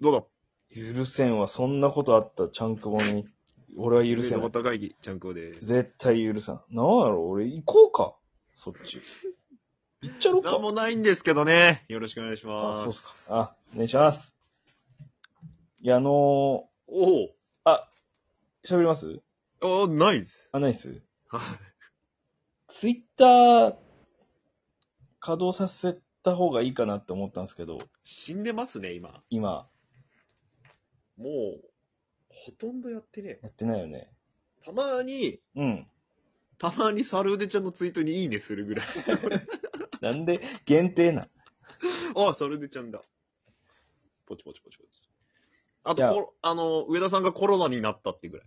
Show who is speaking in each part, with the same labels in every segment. Speaker 1: どうぞ。
Speaker 2: 許せんわ。そんなことあった、ちゃんくぼに。俺は許せ
Speaker 1: の
Speaker 2: な
Speaker 1: こ
Speaker 2: い。
Speaker 1: と会議、ちゃんこです。
Speaker 2: 絶対許さん。なんやろ俺行こうか。そっち。行っちゃろう
Speaker 1: なん
Speaker 2: か。
Speaker 1: もないんですけどね。よろしくお願いし
Speaker 2: あ、そう
Speaker 1: ま
Speaker 2: っ
Speaker 1: す。
Speaker 2: すか。あ、お願いします。いや、あの
Speaker 1: おう
Speaker 2: ー、喋ります
Speaker 1: おあ、ないです。
Speaker 2: あ、ないっす。
Speaker 1: は
Speaker 2: ツイッター、稼働させた方がいいかなって思ったんですけど、
Speaker 1: い死んでますね、今。
Speaker 2: 今、
Speaker 1: もう、ほとんどやってねえ。
Speaker 2: やってないよね。
Speaker 1: たまに、
Speaker 2: うん。
Speaker 1: たまにサルーデちゃんのツイートにいいねするぐらい。
Speaker 2: なんで、限定な。
Speaker 1: あ、サルーデちゃんだ。ポチポチポチポチ。あ
Speaker 2: いや
Speaker 1: とコロ、あの、上田さんがコロナになった ってぐらい。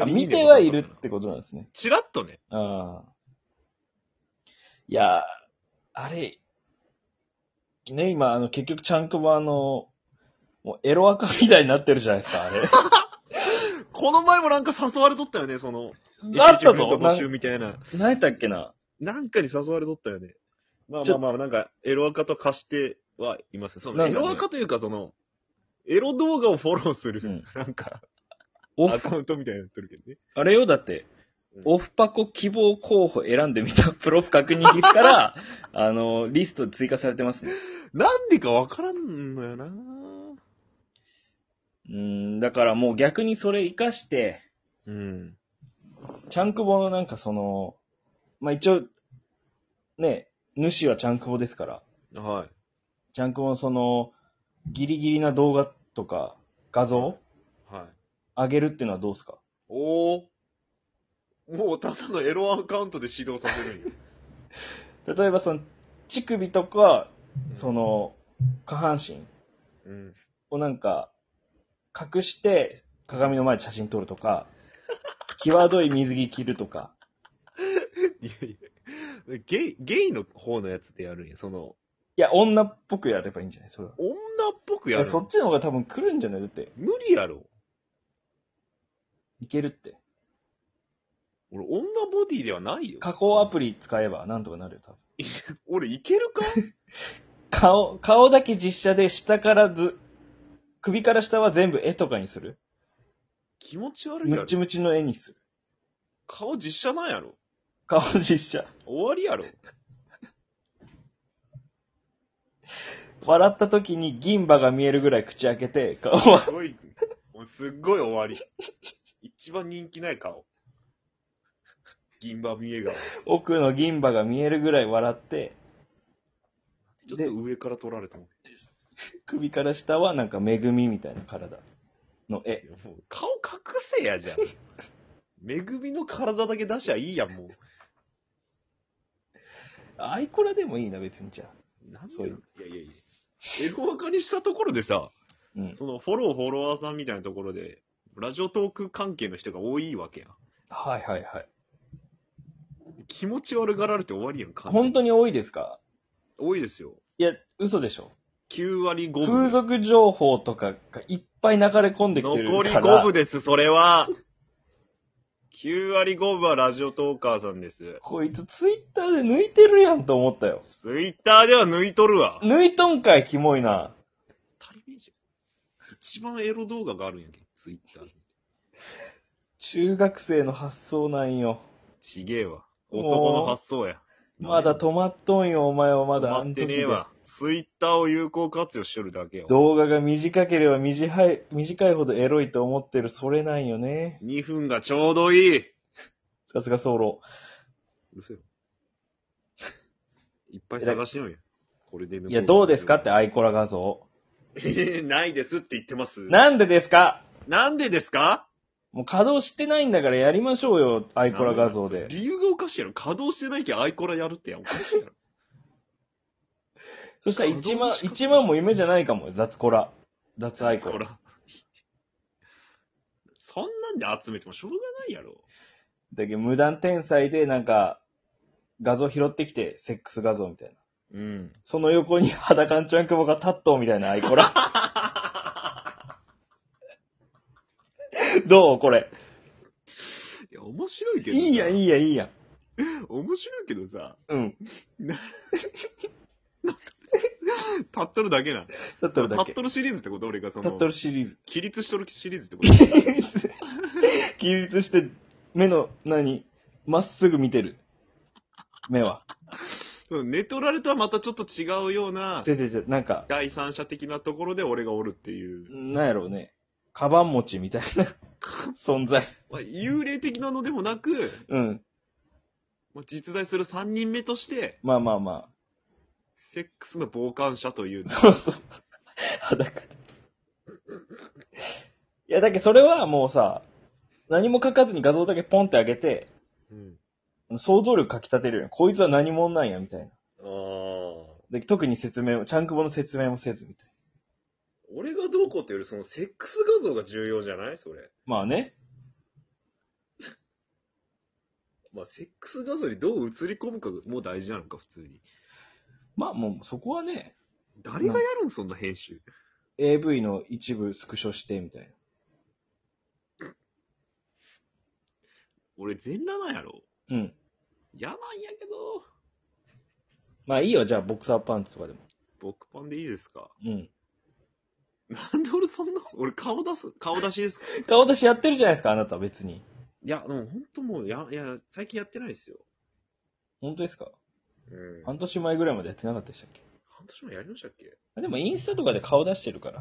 Speaker 2: あ、見てはいるってことなんですね。
Speaker 1: チラッとね。
Speaker 2: ああ。いや、あれ、ね、今、あの、結局、ちゃんくぼあの、もうエロアカみたいになってるじゃないですか、あれ。
Speaker 1: この前もなんか誘われとったよね、その。
Speaker 2: なった
Speaker 1: 一日フレンド
Speaker 2: のな
Speaker 1: 募集みたいな。
Speaker 2: 何やったっけな
Speaker 1: なんかに誘われとったよね。まあ
Speaker 2: ち
Speaker 1: ま
Speaker 2: ょ
Speaker 1: あまあ、なんか、エロアカと化してはいます。その、
Speaker 2: なん
Speaker 1: エ
Speaker 2: だろう
Speaker 1: ロ
Speaker 2: ね
Speaker 1: アカというか、その、エロ動画をフォローする、
Speaker 2: うん
Speaker 1: なんか、
Speaker 2: お
Speaker 1: アカウントみたいになってるけどね。
Speaker 2: あれよ、だって
Speaker 1: うん、
Speaker 2: オフパコ希望候補選んでみたプロフ確認ですから、 あの、リスト追加されてますね。
Speaker 1: なんでかわからんのよな
Speaker 2: うん、だからもう逆にそれ活かして、
Speaker 1: うん。
Speaker 2: ちゃんくぼのなんかその、まあ、一応、ね、主はちゃんくぼですから、
Speaker 1: はい。
Speaker 2: ちゃんくぼのその、ギリギリな動画とか画像
Speaker 1: はい。
Speaker 2: 上げるっていうのはどうですか
Speaker 1: おお。もうただのエロアカウントで指導させるんよ。
Speaker 2: 例えばその、乳首とか、 そ
Speaker 1: の、
Speaker 2: の、下半身
Speaker 1: うん。
Speaker 2: をなんか、隠して鏡の前で写真撮るとか、際どい水着着るとか、
Speaker 1: いやいや。ゲイ、ゲイの方のやつでやるんや。その、
Speaker 2: いや、女っぽくやればいいんじゃないそれは。
Speaker 1: 女っぽく
Speaker 2: い
Speaker 1: や
Speaker 2: や、
Speaker 1: る
Speaker 2: そ
Speaker 1: の
Speaker 2: っちの方が多分来るんじゃないだって、
Speaker 1: 無理やろ。
Speaker 2: いけるって。
Speaker 1: 俺、女ボディではないよ。
Speaker 2: 加工アプリ使えばなんとかなるよ、多分。
Speaker 1: 俺、いける か
Speaker 2: 顔、顔だけ実写で下からず、首から下は全部絵とかにする。
Speaker 1: 気持ち悪いや
Speaker 2: ムチ
Speaker 1: ろ。
Speaker 2: ムチの絵にする。
Speaker 1: 顔実写なんやろ。
Speaker 2: 顔実写。
Speaker 1: 終わりやろ。
Speaker 2: 笑った時に銀歯が見えるぐらい口開けて、顔は。
Speaker 1: すごい、もうすっごい終わり。一番人気ない顔。銀歯見え顔。
Speaker 2: 奥の銀歯が見えるぐらい笑って、
Speaker 1: ちょっ
Speaker 2: で
Speaker 1: と上から撮られたもん。
Speaker 2: 首から下はなんか恵みみたいな体の絵。
Speaker 1: いやもう顔隠せやじゃん。めぐみの体だけ出しゃいいやん、もう。
Speaker 2: アイコラでもいいな、別にじゃあ。
Speaker 1: なんで
Speaker 2: そういう
Speaker 1: いやいやいや。エロアカにしたところでさ、
Speaker 2: うん。
Speaker 1: そのフォローフォロワーさんみたいなところで、ラジオトーク関係の人が多いわけやん。
Speaker 2: はいはいはい。
Speaker 1: 気持ち悪がられて終わりやん、完全
Speaker 2: 本当に多いですか
Speaker 1: 多いですよ。
Speaker 2: いや、嘘でしょ。
Speaker 1: 9割5分。
Speaker 2: 風俗情報とかがいっぱい流れ込んできてる
Speaker 1: 残り
Speaker 2: から。
Speaker 1: 5分です、それは。9割5分はラジオトーカーさんです。
Speaker 2: こいつツイッターで抜いてるやんと思ったよ。
Speaker 1: ツイッターでは抜いとるわ。
Speaker 2: 抜いとんかい、キモいな。
Speaker 1: たりめえじゃん一番エロ動画があるんやけど、ツイッターに。
Speaker 2: 中学生の発想なんよ。
Speaker 1: ちげえわ。男の発想や。
Speaker 2: まだ止まっとんよ、お前はまだ。
Speaker 1: 止まってねえ
Speaker 2: あん
Speaker 1: わ。ツイッターを有効活用しとるだけよ
Speaker 2: 時で。。動画が短ければ短い、短いほどエロいと思ってる、それなんよね。
Speaker 1: 2分がちょうどいい。う
Speaker 2: さすがソロ。
Speaker 1: るせえわいっぱい探しようや。これで抜こ
Speaker 2: いや、どうですかってアイコラ画像。
Speaker 1: えーないですって言ってます。
Speaker 2: なんでですか
Speaker 1: なんでですか
Speaker 2: もう稼働してないんだからやりましょうよ、アイコラ画像で。
Speaker 1: 理由がおかしいやろ。稼働してないけんアイコラやるってやん。おかしいやろ。
Speaker 2: そしたら
Speaker 1: 稼
Speaker 2: 1万、
Speaker 1: 働の仕方
Speaker 2: 1万も夢じゃないかもよ、雑コラ。雑アイコ
Speaker 1: こ
Speaker 2: ラ。
Speaker 1: ら。そんなんで集めてもしょうがないやろ。
Speaker 2: だけど無断転載でなんか、画像拾ってきて、セックス画像みたいな。
Speaker 1: うん。
Speaker 2: その横に裸んちゃんくぼがタットみたいなアイコラ。どうこれ。
Speaker 1: いや、面白いけどさ。
Speaker 2: いいやん、い
Speaker 1: い。
Speaker 2: いやん、いいやん。
Speaker 1: 面白いけどさ、
Speaker 2: うん。
Speaker 1: たタットルだけなんだ。
Speaker 2: タットルだ
Speaker 1: タ
Speaker 2: け。
Speaker 1: ットルシリーズってこと俺がそ
Speaker 2: タ
Speaker 1: の
Speaker 2: ッ、トルシリーズ。
Speaker 1: 起立しとるシリーズって こと
Speaker 2: 起立して、目の、何まっすぐ見てる。目は。
Speaker 1: そう寝取られとはまたちょっと違うような
Speaker 2: 違う違う違う、なんか、
Speaker 1: 第三者的なところで俺がおるっていう。
Speaker 2: なんやろうね。カバン持ちみたいな 存在。
Speaker 1: まあ、幽霊的なのでもなく、
Speaker 2: うん。
Speaker 1: まあ、実在する三人目として、
Speaker 2: まあまあま
Speaker 1: セックスの傍観者という
Speaker 2: あ。。そうそう。裸で。 いや、だけどそれはもうさ、何も書かずに画像だけポンって上げて、
Speaker 1: うん。
Speaker 2: 想像力かき立てるよね。こいつは何者なんや、みたいな。
Speaker 1: ああ。
Speaker 2: で特に説明も、ちゃんくぼの説明もせず、みたいな。
Speaker 1: 俺がどうこうっていうより、そのセックス画像が重要じゃないそれ。
Speaker 2: まあね。
Speaker 1: まあ、セックス画像にどう映り込むかも大事なのか、普通に。
Speaker 2: まあもう、そこはね、
Speaker 1: 誰がやるん、そんな編集。
Speaker 2: AV の一部スクショして、みたいな。
Speaker 1: 俺、全裸なんやろ。
Speaker 2: うん。
Speaker 1: 嫌なんやけど。
Speaker 2: まあいいよ、じゃあボクサーパンツとかでも。
Speaker 1: 僕パンでいいですか
Speaker 2: うん。
Speaker 1: なんで俺そんな、俺顔出す、顔出しですか
Speaker 2: 顔出しやってるじゃないですか、あなたは別に。
Speaker 1: いや、でも本当もう、や、いや、最近やってないですよ。
Speaker 2: 本当ですか
Speaker 1: うん。半
Speaker 2: 半年前ぐらいまでやってなかったでしたっけ
Speaker 1: 年もやりましたっけ
Speaker 2: あでもインスタとかで顔出してるから。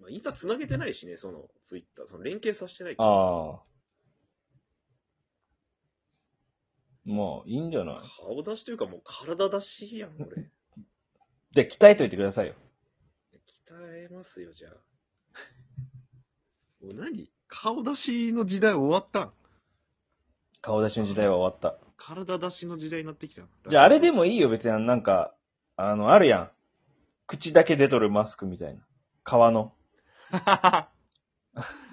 Speaker 1: まあ、インスタ繋げてないしね、その、ツイッター。その、連携させてないから。
Speaker 2: ああ。まあ、いいんじゃない
Speaker 1: 顔出しというかもう体出しやん、俺。
Speaker 2: じゃあ鍛えといてくださいよ。
Speaker 1: 鍛えますよ、じゃあ。 もう何顔出しの時代終わったん
Speaker 2: 顔出しの時代は終わっ
Speaker 1: 体出しの時代になってきたん
Speaker 2: た。じゃああれで
Speaker 1: も。
Speaker 2: もいいよ、別に。なんか、あの、あるやん。口だけ出とるマスクみたいな。革の。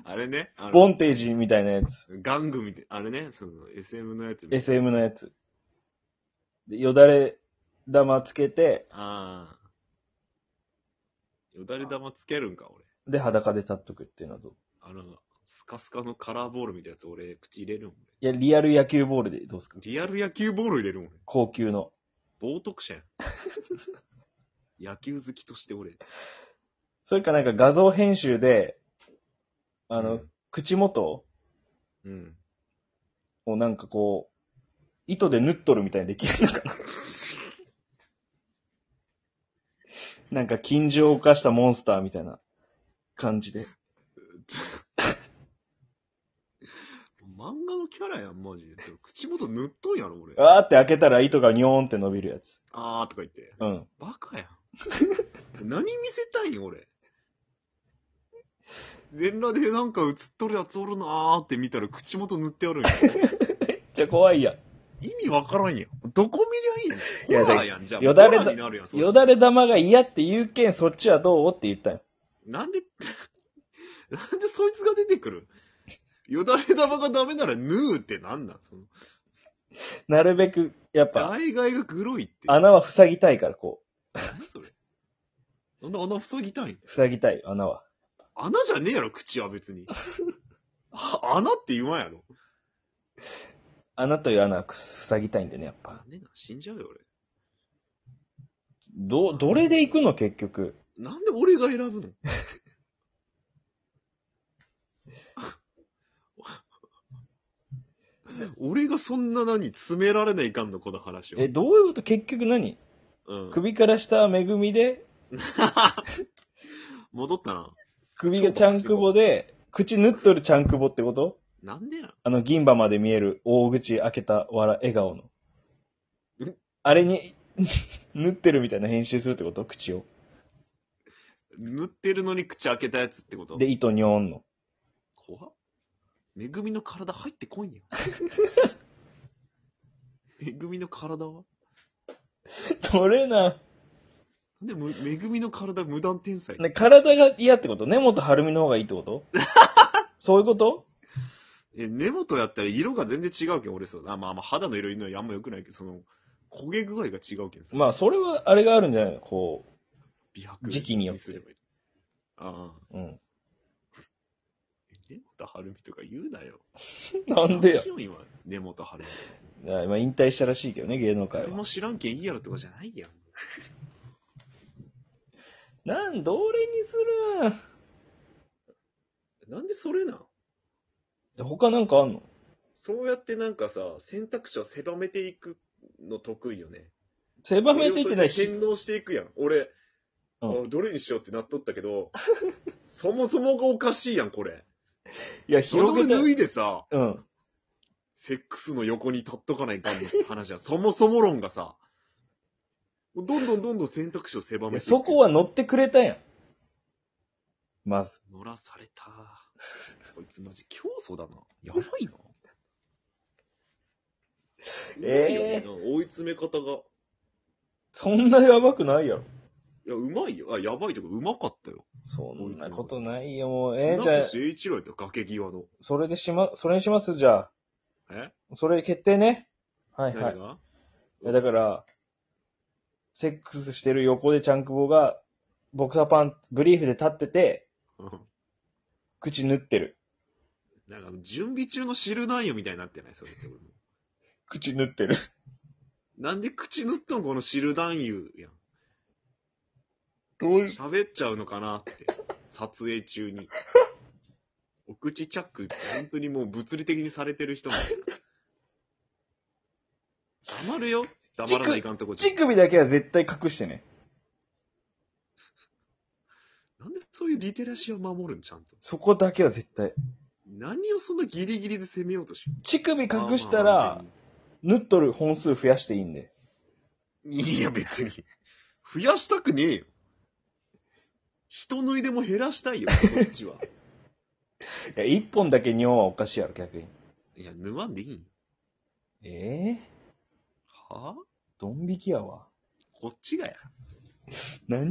Speaker 1: あれね。あの
Speaker 2: ボンテージみたいなやつ。
Speaker 1: 玩具みたい。あれね、その、SM のやつみたいな。
Speaker 2: SM のやつ。でよだれ玉つけて、
Speaker 1: ああ。よだれ玉つけるんか、俺。
Speaker 2: で、裸で立っとくっていうのはどう
Speaker 1: あの、スカスカのカラーボールみたいなやつ、俺、口入れるもん。
Speaker 2: いや、リアル野球ボールでどうすか
Speaker 1: リアル野球ボール入れるもん。
Speaker 2: 高級の。
Speaker 1: 冒涜者やん。 野球好きとして俺。
Speaker 2: それかなんか画像編集で、あの、
Speaker 1: うん
Speaker 2: 口元
Speaker 1: うん。
Speaker 2: をなんかこう、糸で縫っとるみたいにできるのか な。なんか禁獣を犯したモンスターみたいな感じで。
Speaker 1: 漫画のキャラやん、マジで。口元塗っとんやろ、俺。
Speaker 2: わーって開けたら糸がニョーンって伸びるやつ。
Speaker 1: あーとか言って。
Speaker 2: うん。
Speaker 1: バカやん。何見せたいん、俺。全裸でなんか映っとるやつおるなーって見たら口元塗ってあるんや。
Speaker 2: じゃあ怖いやん。
Speaker 1: 意味わからんやん。どこ見りゃいいやん。
Speaker 2: いや
Speaker 1: ホラーやん、じゃあ。
Speaker 2: よだれだ
Speaker 1: ホラーになるやん、それ
Speaker 2: よだれ玉が嫌って言うけん、そっちはどうって言ったよ。
Speaker 1: なんで、 なんでそいつが出てくるよだれ玉がダメならヌーってなんなんその、
Speaker 2: なるべく、やっぱ、
Speaker 1: 大概がグロいって。
Speaker 2: 穴は塞ぎたいから、こ
Speaker 1: 何それなんで穴塞ぎたいん
Speaker 2: う。塞ぎたい、穴は。
Speaker 1: 穴じゃねえやろ、口は別 に。あ穴って言わんやろ。
Speaker 2: 穴という穴は塞ぎたいんでね、やっぱ。
Speaker 1: ねえな、死んじゃうよ、俺。
Speaker 2: ど、どれで行くの結局。
Speaker 1: なんで俺が選ぶ の俺がそんな何詰められないかんのこの話を。
Speaker 2: え、どういうこと結局何
Speaker 1: うん、
Speaker 2: 首から下は恵みで、
Speaker 1: 戻ったな。
Speaker 2: 首がちゃんくぼで、口縫っとるちゃんくぼってこと
Speaker 1: なんでな
Speaker 2: あの、銀歯まで見える大口開けた笑、笑顔の
Speaker 1: ん。
Speaker 2: あれに、 縫ってるみたいな編集するってこと口を。
Speaker 1: 塗ってるのに口開けたやつってこと
Speaker 2: で、糸にょんの。
Speaker 1: 怖っ。めぐみの体入ってこいん や。めぐみの体は
Speaker 2: どれな。
Speaker 1: なんでむ、めぐみの体無断天才、
Speaker 2: ね、体が嫌ってこと根本晴美の方がいいってこと そういうこと
Speaker 1: え、根元やったら色が全然違うけん、俺さ。あまあまあ、肌の色いいのはあんま良くないけど、その、焦げ具合が違うけんさ。
Speaker 2: まあ、それは、あれがあるんじゃないのこ
Speaker 1: 美白
Speaker 2: 時期によって
Speaker 1: すればいいああ。
Speaker 2: う。うん。
Speaker 1: え根元はるみとか言うなよ。
Speaker 2: なんで
Speaker 1: 何
Speaker 2: や
Speaker 1: し。よ、今。根元はるみ。
Speaker 2: いや今引退したらしいけどね、芸能界
Speaker 1: 誰
Speaker 2: は
Speaker 1: も。知らんけんいいやろとかじゃないやん。
Speaker 2: なん、どれにするん
Speaker 1: なんでそれなん
Speaker 2: で他なんかあんの
Speaker 1: そうやってなんかさ、選択肢を狭めていくの得意よね。
Speaker 2: 狭めていってない。
Speaker 1: それを
Speaker 2: ひ
Speaker 1: 返納していくやん。俺、
Speaker 2: うん
Speaker 1: あどれにしようってなっとったけど、そもそもがおかしいやん、これ。
Speaker 2: いや、
Speaker 1: それ俺
Speaker 2: 広げて。
Speaker 1: 脱いでさ、
Speaker 2: うん。
Speaker 1: セックスの横に立っとかないかんの話 やん。そもそも論がさ、どんどんどんどん選択肢を狭
Speaker 2: い
Speaker 1: め
Speaker 2: や
Speaker 1: ていく。
Speaker 2: そこは乗ってくれたやん。まず。
Speaker 1: 乗らされた。こいつマジ競争だな。やばいな。う
Speaker 2: ええ
Speaker 1: まいよね追い詰め方が。
Speaker 2: そんなやばくないやろ。
Speaker 1: いや、うまいよ。あ、やばいとか、うまかったよ。
Speaker 2: そ
Speaker 1: こい
Speaker 2: ん
Speaker 1: つの
Speaker 2: なことないよ、もう。え
Speaker 1: え
Speaker 2: ー、
Speaker 1: じ
Speaker 2: じ
Speaker 1: ゃ
Speaker 2: ゃ
Speaker 1: あ。
Speaker 2: あ、
Speaker 1: 聖一郎やったよ崖際の。
Speaker 2: それでしま、それにしますじゃあ。
Speaker 1: え
Speaker 2: それ決定ね。はいはい
Speaker 1: 何。が
Speaker 2: いやだから、セックスしてる横でチャンクボが、ボクサーパン、ブリーフで立ってて、
Speaker 1: うん
Speaker 2: 口縫ってる。
Speaker 1: なんか、準備中の汁なんよみたいになってないそれって俺も。
Speaker 2: 口縫ってる。
Speaker 1: なんで口塗っとんこの汁男優やん。
Speaker 2: どうい
Speaker 1: 喋っちゃうのかなって。撮影中に。お口チャックって本当にもう物理的にされてる人もいる。黙るよ。黙らないかんとこじゃ
Speaker 2: 乳首だけは絶対隠してね。
Speaker 1: なんでそういうリテラシーを守るんちゃんと。
Speaker 2: そこだけは絶対。
Speaker 1: 何をそんなギリギリで攻めようとしよ
Speaker 2: 乳首
Speaker 1: う。
Speaker 2: 隠したら、、縫っとる本数増やしていいんで。
Speaker 1: いや、別に。増やしたくねえよ。人縫いでも減らしたいよ、こっちは。
Speaker 2: いや、一本だけ尿はおかしいやろ、逆に。
Speaker 1: いや、縫わんでいいよ。
Speaker 2: ええ
Speaker 1: はぁ、
Speaker 2: ドン引きやわ。
Speaker 1: こっちがや。
Speaker 2: 何